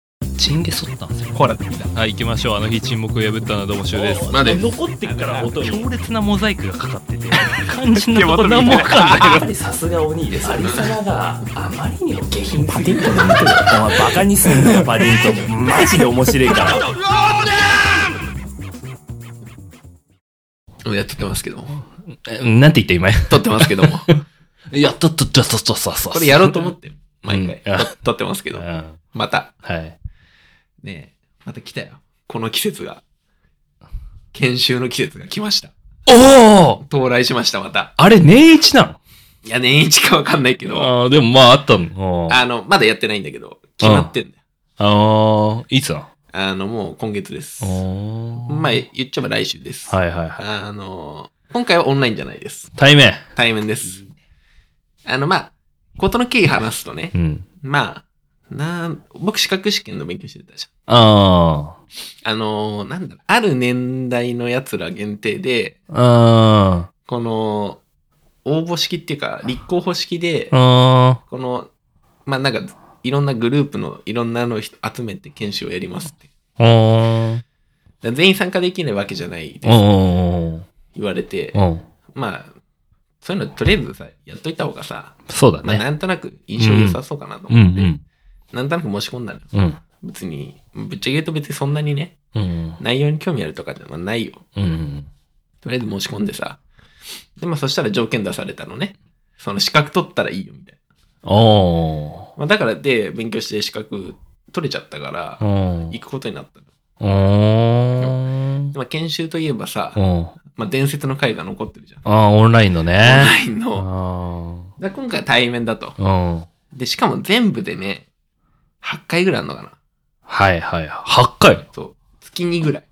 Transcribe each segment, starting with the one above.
そうなんですよコーラで見たはい行きましょうあの日沈黙を破ったのはどうもしゅうですまあね残ってっから音に強烈なモザイクがかかってて感じ のとこ何もわかんないやっぱりさすが鬼です。アリサナがあまりにも下品パディ ントンの見てる。お前バカにすんなよ、パディントン。マジで面白いから。いや、撮ってますけども。えなんて言った今撮ってますけども。 いやっとっとっとっとっとっとっとこれやろうと思って、毎う回んあ撮撮ってますけうどん。はまた、いねえ、また来たよ。この季節が。研修の季節が来ました。おお到来しました、また。あれ年一ないや、年一かわかんないけのど、あーでもまああったのあーあの、まだやってないんだけど、決まってんだよ。あーいつなあの、もう今月です。のおーまあ、言っちゃえば来週です。はいはいはいあの、今回はオンラインじゃないです。対面対面です。あの、まあ、ことの経緯話すとねう、んまあ、なん、僕資格試験の勉強してたじあーゃん。あのーなんだろう、ある年代の奴ら限定で、あこの、応募式っていうか、立候補式でー、あこの、まあなんか、いろんなグループのいろんなのを集めて研修をやりますって。ーおーだから全員参加できないわけじゃないですおーお言われてー、おーまあ、そういうのとりあえずさ、やっといた方がさ、そうだまあねなんとなく印象良さそうかなとうん思って、なんとなく申し込んだの。うんうん別に、ぶっちゃけ言うと別にそんなにね、うん内容に興味あるとかじゃないよ。うんとりあえず申し込んでさ。で、まあそしたら条件出されたのね。その資格取ったらいいよ、みたいおな。まあだからで、勉強して資格取れちゃったからー、お行くことになったの。おーでまあ研修といえばさ、うんまあ伝説の回が残ってるじゃん。ああ、オンラインのオンね。ラインあの。あだから今回は対面だと。うん。で、しかも全部でね、8回ぐらいあるのかな。はいはい。8回そう。月2ぐらい。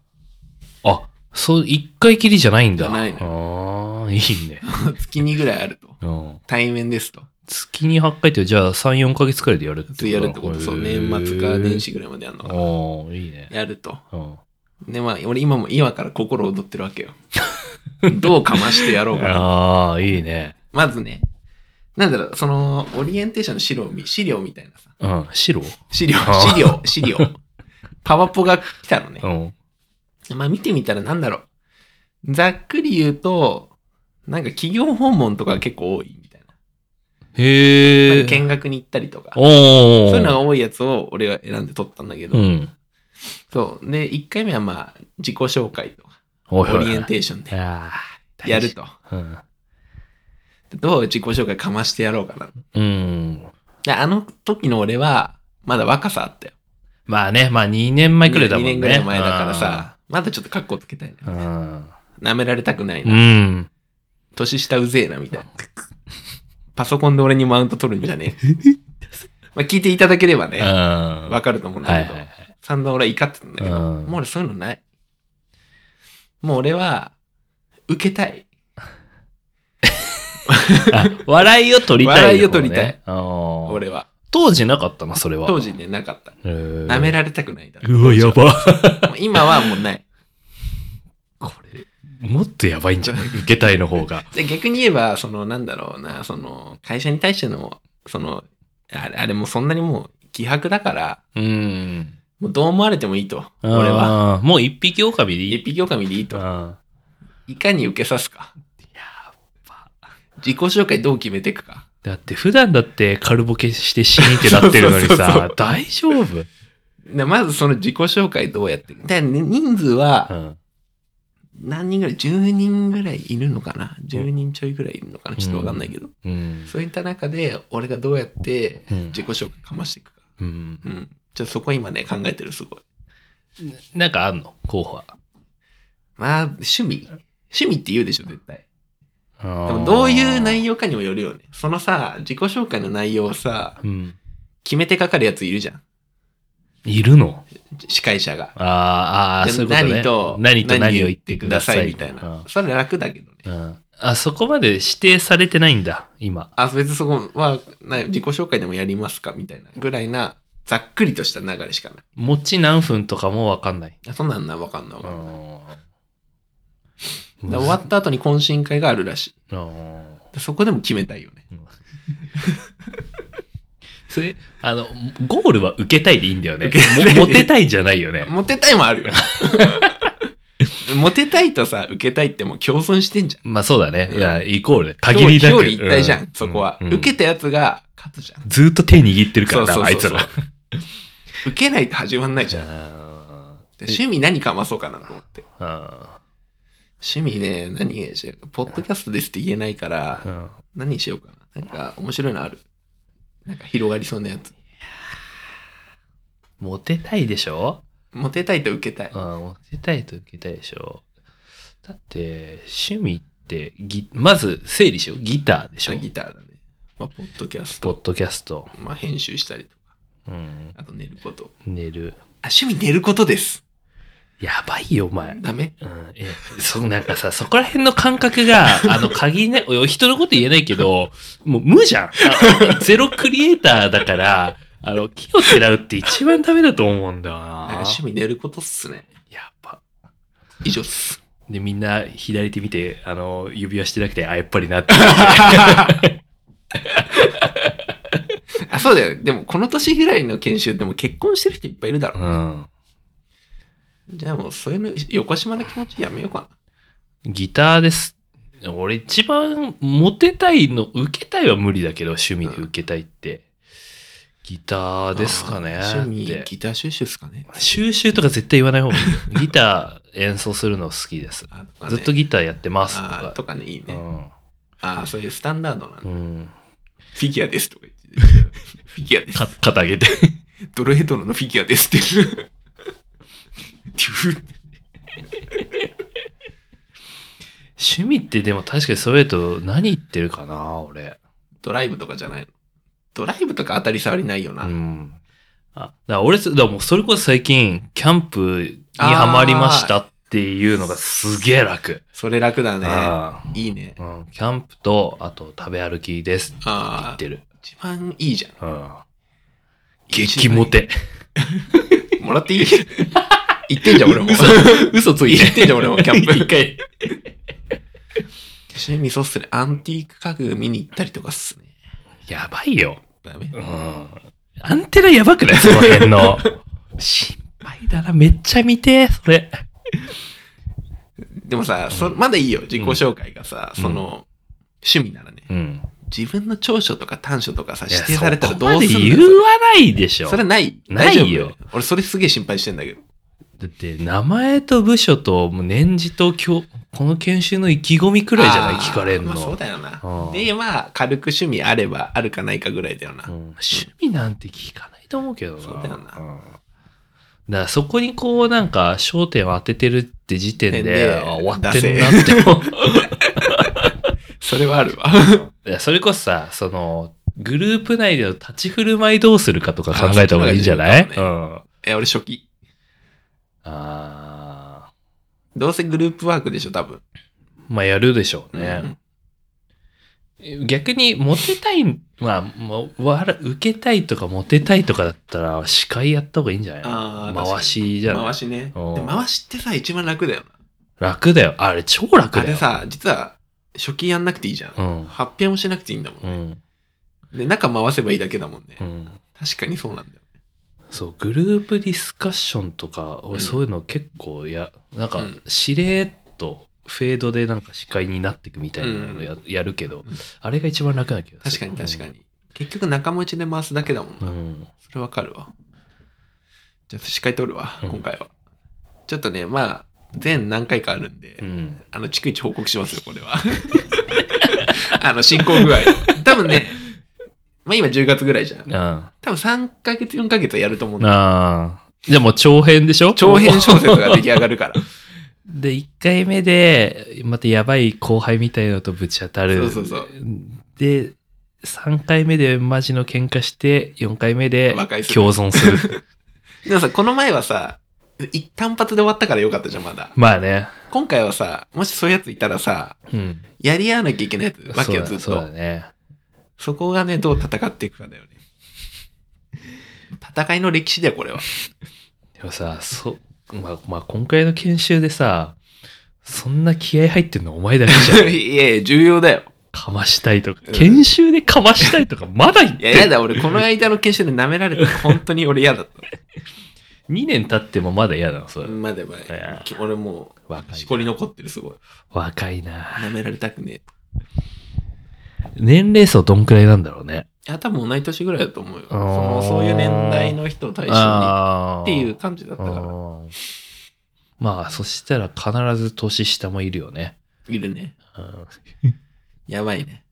あ、そう、1回きりじゃないんだ。じゃないああ、いいね。月2ぐらいあると。うん。対面ですと。月に8回って、じゃあ3、4ヶ月くらいでやるってこ普と通やるってこと。そう。年末か年。始ぐらいまでやるのあかあな。ー、いいね。やると。うん。で、まあ、俺今も、今から心躍ってるわけよ。どうかましてやろうかな。ああ、いいね。まずね、なんだろう、その、オリエンテーションの資料み、資料みたいなさ。うん。白資料、あー資料、資料。パワポが来たのねう。ん。まあ見てみたらなんだろう。ざっくり言うと、なんか企業訪問とか結構多いみたいな。へえなん。か見学に行ったりとか。おそういうのお。が多いやつを俺は選んで取ったんだけど。うん。そう。で、1回目はまあ、自己紹介とか、おいオおリエいン。テーションでああ、やると。大事。どう自己紹介かましてやろうかな。うん。うん。で、あの時の俺は、まだ若さあったよ。まあね、まあ2年前くらいだもんね。 2年ぐらい前だからさ、まだちょっと格好つけたいうん。な。うん。舐められたくないな。うん。年下うぜえな、みたいな。パソコンで俺にマウント取るんじゃね え。まあ聞いていただければね、わわかると思うんはだいけはどいは、い。散々俺は怒ってたんだけど、うんもう俺そういうのない。もう俺は、受けたい。あ笑いを取りたい、笑いを取りたい。あー俺は。当時なかったの、それは。当時ね、なかった。へー。舐められたくないだろ。うわ、やば。もう今はもうない。これ、もっとやばいんじゃない受けたいの方が。で逆に言えば、その、なんだろうな、その、会社に対しての、その、あれ、あれもそんなにもう、気迫だから、うん。もうどう思われてもいいと。あ俺は、は。もう一匹狼でい一い。匹狼でいいと。あいかに受けさすか。自己紹介どう決めていくか。ーだって普段だってカルボケして死にってなってるのにそうそうそうさ、大丈夫でまずその自己紹介どうやって。で人数うは、ん。何人ぐらい ?10 人ぐらいいるのかな ?10 人ちょいぐらいいるのかなちょっとわかんないけど。うん。そういった中で、俺がどうやってうん自己紹介かましていくか。うん。うん。じゃあそこ今ね、考えてる、すごい。なんかあんの候補は。まあ、趣味。趣味って言うでしょ、絶対。ででもどういう内容かにもよるよね。そのさ、自己紹介の内容をさ、うん。決めてかかるやついるじゃん。いるの司会者が。あーあー、じそうゃいあうことね。何何とと何を言ってください。みたいうんな。それ楽だけどね。うんあ、そこまで指定されてないんだ、今。あ、別にそこは、な自己紹介でもやりますかみたいな。ぐらいな、ざっくりとした流れしかない餅何分とかもわかんない。あ。そんなんな、わかんないわかんない。うんで終わった後に懇親会があるらしいうんで。そこでも決めたいよね。それ、あの、ゴールは受けたいでいいんだよね受けたい。もモテたいじゃない よね。モテたいもあるよ。モテたいとさ、受けたいってもう共存してんじゃん。まあそうだね。いや、イコールで。限表りな裏く。一体じゃん、うそこは、うん受けたやつが勝つじゃん。ずーっと手握ってるからそうな、そあういそつうそうら。受けないと始まんないじゃん。あで趣味何かまそうかなと思って。ーあ趣味ね、何にしようポッドキャストですって言えないから、ー。うん何にしようかな。なんか面白いのある。なんか広がりそうなやつ。モテたいでしょモテたいと受けたい。うん、モテたいと受けたいでしょだって、趣味ってギ、まず整理しよう。ギターでしょギターだね。まあ、ポッドキャスポト。ッドキャスト。まあ、編集したりとか。うん。あと寝ること。寝る。あ、趣味寝ることです。やばいよ、お前。ダメうん、え、そう、なんかさ、そこら辺の感覚 が、あの、限りない、お人のこと言えないけど、もう無じゃん。あのゼロクリエイターだから、あの、木をてらうって一番ダメだと思うんだよなんなか。趣味寝ることっすね。やっぱ。以上っす。で、みんな左手見て、あの、指輪してなくて、あ、やっぱりな って。あ、そうだよ。でも、この年ぐらいの研修でも結婚してる人いっぱいいるだろ。うん。じゃあもう、そういうの、横島な気持ちやめようかギターです。俺一番モテたいの、受けたいは無理だけど、趣味で受けたいって。ギターな。ですかね。あー趣って味、ギター収集っすかね。収集とか絶対言わない方がいい よ。ギター演奏するの好きです。あとかねずっとギターやってますとあーか。とかね、いいうね。ああ、そういうスタンダードなの。フん。うん。ィギュアですとか言って。フィギュアです。か肩上げて。ドロヘドロのフィギュアですって。 趣味ってでも確かにそれだと何言ってるかな、俺。ドライブとかじゃないの。ドライブとか当たり障りないような。ん。あ、だから俺、だからもうそれこそ最近、キャンプにハマりましたっていうのがすげえ楽。それ楽だね。ああいいね。うん、キャンプと、あと食べ歩きですって言あっあ、てる。一番いいじゃん。うん。激モテ。もらっていい 言ってんじゃん、俺も。嘘嘘ついて。言ってんじゃん俺も キャンプ一回。趣味そうっすね。アンティーク家具見に行ったりとかっすね。やばいよ。ダメ。うん。アンテナやばくない その辺の。心配だな。めっちゃ見て、それ。でもさ、そまだいいよ。自己紹介がさ、うんその、趣味ならね。うん。自分の長所とか短所とかさ、いや指定されたらどうそこまでする言のわないでしょ。それだない。ないよ大丈夫。俺それすげえ心配してんだけど。って、名前と部署と、もう年次と今日、この研修の意気込みくくらいじゃない聞かれんの。まあそうだよなう。んで、まあ、軽く趣味あれば、あるかないかぐらいだよなうん。趣味なんて聞かないと思うけどな。そうだよなうんだからそこにこうなんか焦点を当ててるって時点で、であ終わってるなって思う。それはあるわ。いやそれこそさ、その、グループ内での立ち振る舞いどうするかとか考えた方がいいんじゃないあそううだん。え、俺初期。あどうせグループワークでしょ、多分。ーまあやるでしょううねん。逆に、モテたい、まあ、もうわら受けたいとかモテたいとかだったら、司会やった方がいいんじゃないあー確かに回しじゃない回しね。うんで回しってさ、一番楽だよな。楽だよ。あれ、超楽だあれよ。さ、実は、初期やんなくていいじゃん。うん。発表もしなくていいんだもんう。ん。で、中回せばいいだけだもんねう。ん。確かにそうなんだよ。そう、グループディスカッションとか、うん俺そういうの結構や、なんかうん、しれっと、フェードでなんか司会になっていくみたいなのや,、やるけど、あれが一番楽な気が確すかる。に確かに。結局仲間内で回すだけだもんうな。ん。それわかるわ。じゃあ、司会取るわ、うん今回は。ちょっとね、まあ、全何回かあるんで、うん。あの、逐一報告しますよ、これは。 あの、進行具合。多分ね、まあ今10月ぐらいじゃんうん。。あ多分3ヶ月、4ヶ月はやると思うんだ。あー。じゃあもう長編でしょ長編小説が出来上がるから。 で、1回目で、またやばい後輩みたいのとぶち当たる。そうそうそうで、3回目でマジの喧嘩して、4回目で和解する共存す る。でもさ、この前はさ、一単発で終わったからよかったじゃん、まだ。まあね。今回はさ、もしそういうやついたらさ、うん。やり合わなきゃいけないやつわけよ、そうずだっとそうだね。そこがね、どう戦っていくかだよね。戦いの歴史だよ、これは。 でもさ、そ、まあ、まあ、今回の 研修でさ、そんな気合入ってんのお前だけじゃん。いやいや、重要だよ。かましたいとか、研修でかましたいとか、まだ言っいや、やて、だ、俺、この間の研修で舐められて、本当に俺嫌だっ2年経ってもまだ嫌だな、そた。れ。まだまいやだ、俺も若う、いしこり残ってる、すごい。若いな舐められたくね年齢層どんくらいなんだろうね。え。いや、多分同い年ぐらいだと思うよ。あそーのそういう年代の人を対象にああ。っていう感じだったから。うんまあ、そしたら必ず年下もいるよね。いるね。うんやばいね。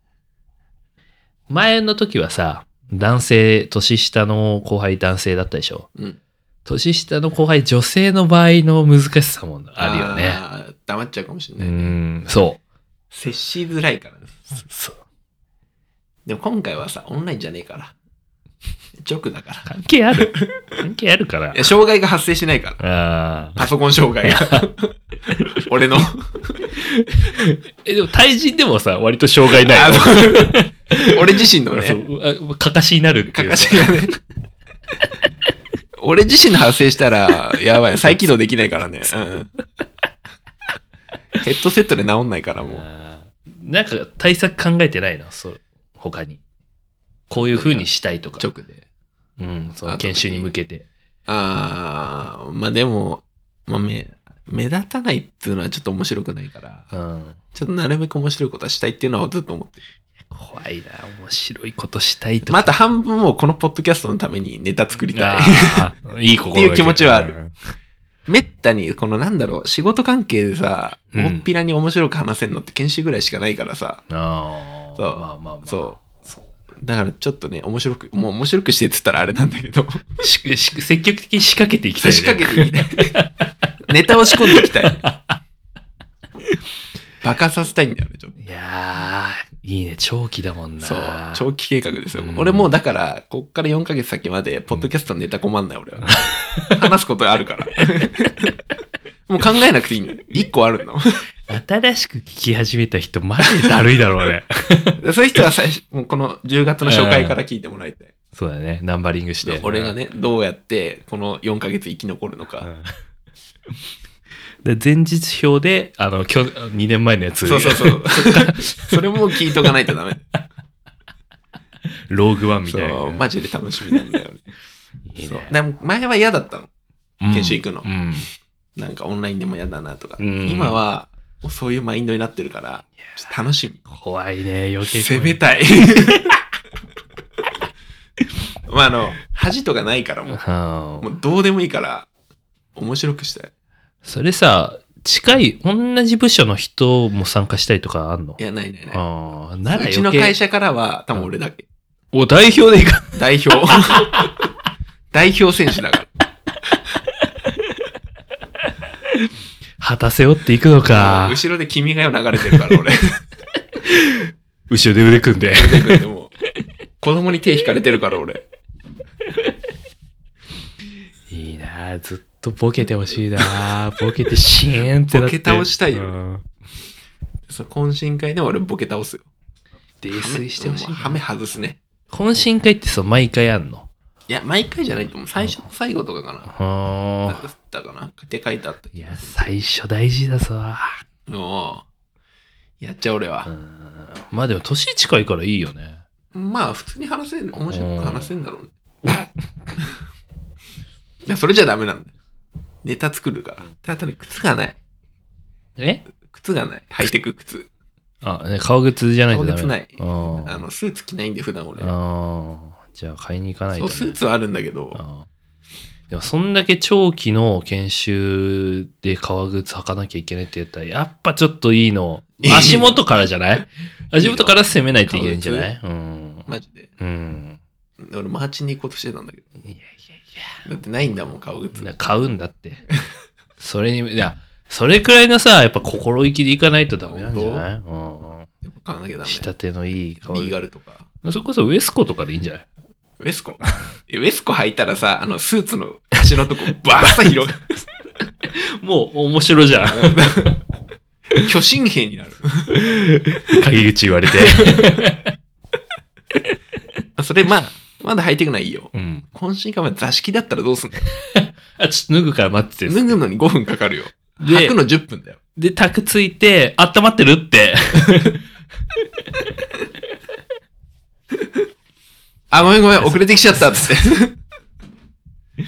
前の時はさ、男性、年下の後輩男性だったでしょ。うん。年下の後輩女性の場合の難しさもあるよね。あー。黙っちゃうかもしうれないね。ん、そ接しづらいからね。う。そうでも今回はさ、オンラインじゃねえから。直だから。関係あ る関係あるからいや、。障害が発生しないから。ああ。パソコン障害が。 俺の。え、でも対人でもさ、割と障害ないあよ。の 俺自身のね、そうあかかしになるってかいう。かしが ね。俺自身の発生したら、やばい。再起動できないからね。うん。ヘッドセットで治んないから、もう。あーなんか対策考えてないのそう。他に。こういう風にしたいとか。直で。うん、そあのと研修に向けて。あー、まあでも、まあ、目、目立たないっていうのはちょっと面白くないから、うん。ちょっとなるべく面白いことはしたいっていうのはずっと思ってる怖いな、面白いことしたいとか。また半分もこのポッドキャストのためにネタ作りたい。あーいい心がけっていう気持ちはある。めったに、このなんだろう、仕事関係でさ、うん大っぴらに面白く話せるのって研修ぐらいしかないからさ、ああ。そうまあまあまあ。そう。だからちょっとね、面白く、もう面白くしてって言ったらあれなんだけ ど、しし積極的に仕掛けていきたい、差ね。し掛けていきたい。ネタを仕込んでいきた い。バカさせたいんだよね、ちょっと。いやー、いいね、長期だもんな。そう。長期計画ですよ。うん俺もうだから、こっから4ヶ月先まで、ポッドキャストのネタ困んな い、俺は。話すことあるから。もう考えなくていいんだよ。1個あるの。新しく聞き始めた人、マジでだるいだろ うね。そういう人は最初、もうこの10月の紹介から聞いてもらい たい。そうだね、ナンバリングして。俺がね、どうやって、この4ヶ月生き残るのうか。ん。で前日表で、あの、今日、2年前のやつ、そうそうそう。それも聞いとかないとダ メ。ローグワンみたいな。そう、マジで楽しみなんだよね。 いいねそう。でも前は嫌だったの。うん研修行くのうん。なんかオンラインでも嫌だなとか。うん今は、もうそういうマインドになってるから、ちょっと楽しみ。怖いね、余計怖い。攻めたい。 まああの、恥とかないからもうんう、もうどうでもいいから、面白くしたい。それさ、近い、同じ部署の人も参加したりとかあんのいや、ないないない。ああ、ならう余計ちの会社からは、多分俺だけ。お、代表で行か代 表。代表選手だから。果たせ負っていくのか。後ろで君が代流れてるから、俺。後ろで腕組んで。出てくるでも子供に手引かれてるから、俺。いいなあずっとボケてほしいなあ ボケてシーンってなって。ボケ倒したいようんそう懇親会でも俺ボケ倒すよ。泥酔してほしいな。ハメ外すね。懇親会ってそう、毎回あんのいや、毎回じゃないと思う。最初と最後とかかな。うんだったかなって書いてあった。いや、最初大事だぞ。もう、やっちゃう俺うは。んまあでも、年近いからいいよね。まあ、普通に話せる、面白く話せるんだろうね。 いや、それじゃダメなんだよ。ネタ作るから。ただね、靴がない。え靴がない。履いてく靴。あ、ね、革靴じゃないとダ革メ。靴ない。うんあの、スーツ着ないんで、普段俺。あーじゃあ買いに行かないと、そう、ね。スーツはあるんだけど、あーでも、そんだけ長期の研修で革靴履かなきゃいけないって言ったら、やっぱちょっといいの。足元からじゃない足元から攻めないといけないんじゃないうん。マジで。うん。俺、マーチに行こうとしてたんだけど。いやいやいだってないんだもん、顔靴。や。買うんだって。それに、いや、それくらいのさ、やっぱ心意気でいかないとダメなんじゃないうん。やっぱ買わなきゃダメ。仕立てのいい革リーガ靴。ルとか。それこそウエスコとかでいいんじゃないウェスコえウェスコ履いたらさ、あの、スーツの足のとこ、バーッと広がもう、面白じゃん。る。 巨神兵になる。 陰口言われ て。それ、まあ、まだ履いてくないよ。うん。懇親会は座敷だったらどうすんのあ、ちょっと脱ぐから待ってて。脱ぐのに5分かかるよ。で履くの10分だよ。 で、タクついて、温まってるって。あ、ごめんごめん、遅れてきちゃったっつって。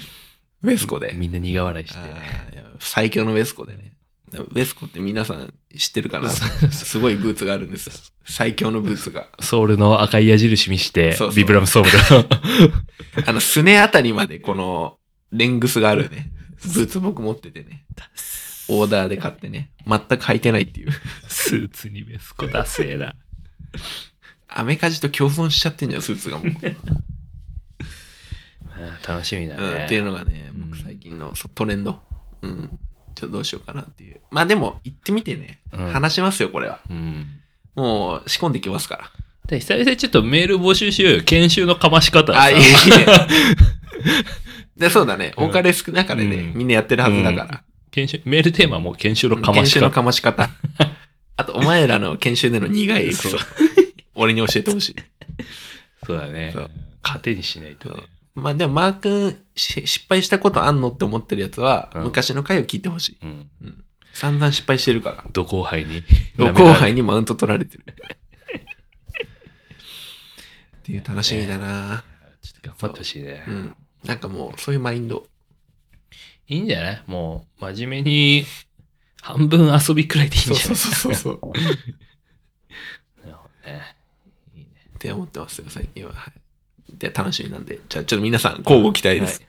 ウェスコで。みんな苦笑いしあて。ーいや最強のウェスコでね。ウェスコって皆さん知ってる かなすごいブーツがあるんですよ。最強のブーツが。ソールの赤い矢印見してそうそ、うビブラムソー ルの。あの、すねあたりまでこの、レングスがあるね。ブーツ僕持っててね。オーダーで買ってね。全く履いてないっていう。スーツにベスコダセえな。アメカジと共存しちゃってんじゃん、スー ツがもう。うん楽しみだうん、ね。っていうのがね、僕最近のそうトレンド。うん。ちょっとどうしようかなっていう。まあでも、行ってみてね。うん話しますよ、これは。うんもう、仕込んできますから。で久々にちょっとメール募集しようよ。研修のかまし方さあ、いいね。 で、そうだね。うんお金少なかれね、うんみんなやってるはずだから。研修、メールテーマはもう研修のかま研し修の方。かま し方。あと、お前らの研修での苦いエピソード。俺に教えてほしい。そうだねそう。糧にしないとね。まあでも、マー君、し失敗したことあんのって思ってるやつは、うん昔の回を聞いてほしい。うん。散々失敗してるから。ど後輩に。後輩にマウント取られてる。っていう楽しみだな、ちょっと頑張ってほしいねう。ん。なんかもう、そういうマインド。いいんじゃないもう、真面目に、半分遊びくらいでいいんじゃないそうそう。っなるほどねいいねて思ってますよ、最近は。はい。で、楽しみなんで。じゃあ、ちょっと皆さん、交互期待です。